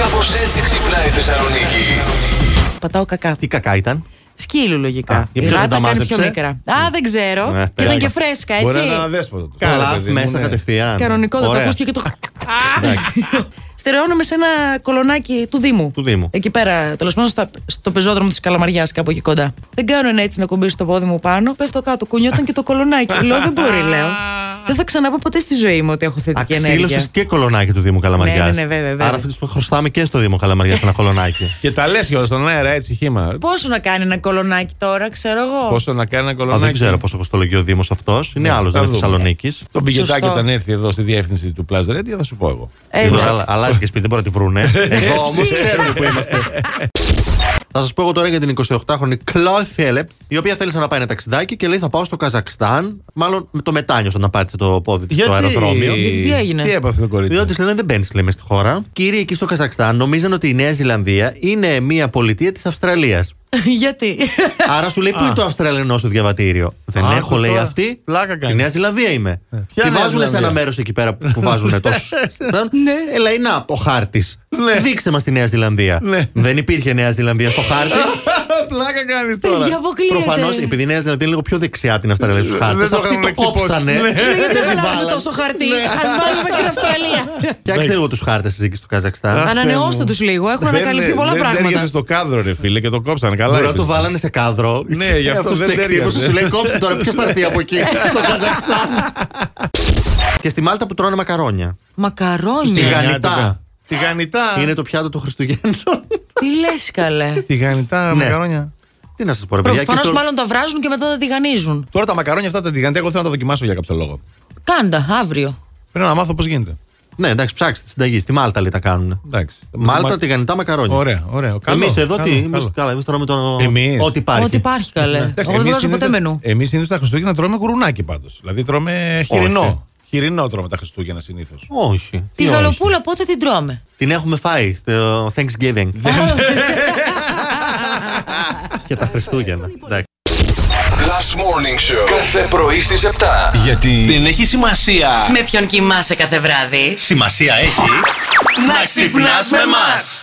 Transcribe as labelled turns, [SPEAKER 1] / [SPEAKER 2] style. [SPEAKER 1] Κάπως έτσι ξυπνάει η Θεσσαλονίκη.
[SPEAKER 2] Πατάω κακά.
[SPEAKER 3] Τι κακά ήταν.
[SPEAKER 2] Σκύλου
[SPEAKER 3] Α,
[SPEAKER 2] λογικά.
[SPEAKER 3] για
[SPEAKER 2] Η
[SPEAKER 3] ποιος δεν τα
[SPEAKER 2] γάτα κάνει
[SPEAKER 3] μάζεψε?
[SPEAKER 2] πιο μικρά. Α, δεν ξέρω.
[SPEAKER 3] Ε,
[SPEAKER 2] και ήταν
[SPEAKER 3] πέρα.
[SPEAKER 2] και φρέσκα,
[SPEAKER 4] Μπορεί
[SPEAKER 2] έτσι.
[SPEAKER 4] να είναι αναδέσποτο. το. Τώρα,
[SPEAKER 3] Καλά,
[SPEAKER 4] παιδί μου,
[SPEAKER 3] μέσα
[SPEAKER 4] ναι.
[SPEAKER 3] κατευθείαν.
[SPEAKER 2] Κανονικό, θα το
[SPEAKER 3] Ωραία.
[SPEAKER 2] ακούστηκε και το. Στερεώνομαι σε ένα κολονάκι του Δήμου.
[SPEAKER 3] Του Δήμου.
[SPEAKER 2] Εκεί πέρα, τέλος πάντων, στα- στο πεζόδρομο της Καλαμαριάς, κάπου εκεί κοντά. Δεν κάνω ένα έτσι να κομπήσω το πόδι μου πάνω. Πέφτω κάτω, κουνιόταν και το κολονάκι. λέω, δεν μπορεί, λέω. Δεν θα ξαναπώ ποτέ στη ζωή μου ότι έχω θετική ενέργεια.
[SPEAKER 3] Αξίλωσε και κολονάκι του Δήμου Καλαμαριάς.
[SPEAKER 2] Ναι, ναι, ναι, βέβαια, βέβαια.
[SPEAKER 3] Άρα αυτή τη στιγμή χρωστάμε και στο Δήμο Καλαμαριάς ένα κολονάκι.
[SPEAKER 4] Και τα λες κιόλα στον αέρα έτσι χήμα.
[SPEAKER 2] Πόσο να κάνει ένα κολονάκι τώρα, ξέρω εγώ.
[SPEAKER 4] Πόσο να κάνει ένα
[SPEAKER 3] Α,
[SPEAKER 4] κολονάκι.
[SPEAKER 3] δεν ξέρω πόσο κοστολογεί ο Δήμος αυτός. Είναι δηλαδή,
[SPEAKER 4] Ναι,
[SPEAKER 3] άλλος,
[SPEAKER 4] θα
[SPEAKER 3] δεν είναι
[SPEAKER 4] δούμε.
[SPEAKER 3] Θεσσαλονίκης.
[SPEAKER 4] Τον πηγετάκι
[SPEAKER 2] Σωστό.
[SPEAKER 4] όταν έρθει εδώ στη διεύθυνση του Plus Radio θα σου πω εγώ.
[SPEAKER 2] Ε,
[SPEAKER 3] Τώρα
[SPEAKER 2] εντάξει.
[SPEAKER 3] αλλα- Αλλάζει και σπίτι, δεν μπορεί να τη βρούνε.
[SPEAKER 4] Ε,
[SPEAKER 3] Εγώ όμω ξέρουμε που είμαστε. Θα σας πω εγώ τώρα για την 28χρονη Κλόι Φέλεπ, η οποία θέλησε να πάει ένα ταξιδάκι και λέει θα πάω στο Καζακστάν. Μάλλον με το μετάνιωσε να πάτησε το πόδι της στο αεροδρόμιο.
[SPEAKER 2] Γιατί τι έγινε?
[SPEAKER 4] Τι έπαθε το κορίτσι.
[SPEAKER 3] Διότι της λένε δεν μπαίνεις λέμε στη χώρα. Κύριοι εκεί στο Καζακστάν νομίζαν ότι η Νέα Ζηλανδία είναι μια πολιτεία της Αυστραλίας.
[SPEAKER 2] Γιατί.
[SPEAKER 3] Άρα σου λέει πού είναι το Αυστραλιανό σου διαβατήριο. Δεν
[SPEAKER 4] άκου
[SPEAKER 3] έχω, λέει
[SPEAKER 4] τώρα.
[SPEAKER 3] αυτή.
[SPEAKER 4] Πλάκα
[SPEAKER 3] Τη
[SPEAKER 4] κάνεις.
[SPEAKER 3] Νέα Ζηλανδία είμαι.
[SPEAKER 4] Ποια
[SPEAKER 3] Τη
[SPEAKER 4] Νέα
[SPEAKER 3] βάζουν σε
[SPEAKER 4] Ζηλανδία?
[SPEAKER 3] ένα μέρος εκεί πέρα που βάζουν τόσου. Ελά, είναι από Ε, το χάρτης.
[SPEAKER 4] Ναι.
[SPEAKER 3] Δείξε μας τη Νέα Ζηλανδία.
[SPEAKER 4] Ναι.
[SPEAKER 3] Δεν υπήρχε Νέα Ζηλανδία στο χάρτη.
[SPEAKER 4] Ε, Πλάκα κάνεις τώρα.
[SPEAKER 2] Παιδιά, αποκλείεται.
[SPEAKER 3] Προφανώς, επειδή η Νέα Ζηλανδία είναι λίγο πιο δεξιά από την Αυστραλία στους
[SPEAKER 4] Δεν
[SPEAKER 3] χάρτες,
[SPEAKER 4] το
[SPEAKER 3] αυτοί
[SPEAKER 4] είχαμε
[SPEAKER 3] το
[SPEAKER 4] εκτυπώσει.
[SPEAKER 3] κόψανε.
[SPEAKER 4] Ναι.
[SPEAKER 2] Λέω, Γιατί δεν
[SPEAKER 3] Δεν
[SPEAKER 2] βάλαμε
[SPEAKER 3] Ε, βάλανε. Ναι.
[SPEAKER 2] τόσο χαρτί. Ας βάλουμε και την Αυστραλία.
[SPEAKER 3] Φτιάξτε λίγο τους χάρτες εκεί στο Καζακστάν.
[SPEAKER 2] Ανανεώστε τους λίγο. Έχουν ανακαλυφθεί πολλά
[SPEAKER 4] Δεν
[SPEAKER 2] πράγματα.
[SPEAKER 4] έργεσαι στο κάδρο, ρε φίλε, και το κόψανε. Καλά.
[SPEAKER 3] Μπορεί να
[SPEAKER 4] έπαιζε.
[SPEAKER 3] το βάλανε σε κάδρο.
[SPEAKER 4] Ναι, γι' αυτό
[SPEAKER 3] Αυτός
[SPEAKER 4] δεν
[SPEAKER 3] το εκτύπωσε,
[SPEAKER 4] τέριαζε.
[SPEAKER 3] Σου λέει κόψτε τώρα, ποιος θα έρθει από εκεί, στο Καζακστάν. Και στη Μάλτα που τρώνε μακαρόνια. Στη
[SPEAKER 2] Μακαρόνια.
[SPEAKER 3] Γαλλία.
[SPEAKER 4] Τηγανιτά. Τηγανιτά.
[SPEAKER 3] Είναι το πιάτο των Χριστουγέννων.
[SPEAKER 2] Τι λες, καλέ.
[SPEAKER 4] Τηγανιτά
[SPEAKER 3] Ναι.
[SPEAKER 4] μακαρόνια.
[SPEAKER 3] Τι να σας πω, ρε παιδιά. και
[SPEAKER 2] Προφανώ
[SPEAKER 3] στο-
[SPEAKER 2] μάλλον τα βράζουν και μετά τα τηγανίζουν.
[SPEAKER 4] Τώρα τα μακαρόνια αυτά τα τηγανιτά, εγώ θέλω να τα δοκιμάσω για κάποιο λόγο.
[SPEAKER 2] Κάντα, αύριο.
[SPEAKER 4] Πρέπει να μάθω πώς γίνεται.
[SPEAKER 3] Ναι, εντάξει, ψάξτε τη συνταγή. Στη Μάλτα λέει τα κάνουν.
[SPEAKER 4] Εντάξει.
[SPEAKER 3] Μάλτα,
[SPEAKER 4] Μα-
[SPEAKER 3] τηγανιτά μακαρόνια.
[SPEAKER 4] Ωραία, ωραία. Καλό,
[SPEAKER 3] Εμείς εδώ
[SPEAKER 4] καλό,
[SPEAKER 3] τι. εμείς-
[SPEAKER 4] καλό.
[SPEAKER 3] Καλά, εμείς τρώμε το.
[SPEAKER 4] Εμείς.
[SPEAKER 3] Ό,τι υπάρχει.
[SPEAKER 2] Ό,τι υπάρχει, καλέ. Εγώ δεν βγάζω ποτέ μενού.
[SPEAKER 3] Ε,
[SPEAKER 4] Εμείς συνήθως τα Χριστούγεννα τρώμε κουρουνάκι πάντως. Δηλαδή τρώμε χοιρινό. Χοιρινό τρώμε τα Χριστούγεννα συνήθως.
[SPEAKER 3] Όχι.
[SPEAKER 2] Τη
[SPEAKER 3] Τι όχι.
[SPEAKER 2] γαλοπούλα πότε την τρώμε.
[SPEAKER 3] Την έχουμε φάει στο Thanksgiving.
[SPEAKER 2] Α,
[SPEAKER 3] Για τα Χριστούγεννα. Εντάξει.
[SPEAKER 1] Last Morning Show. Κάθε πρωί στις 7.
[SPEAKER 5] Γιατί δεν έχει σημασία.
[SPEAKER 2] Με ποιον κοιμάσαι κάθε βράδυ.
[SPEAKER 3] Σημασία έχει
[SPEAKER 5] Να ξυπνάς με μας.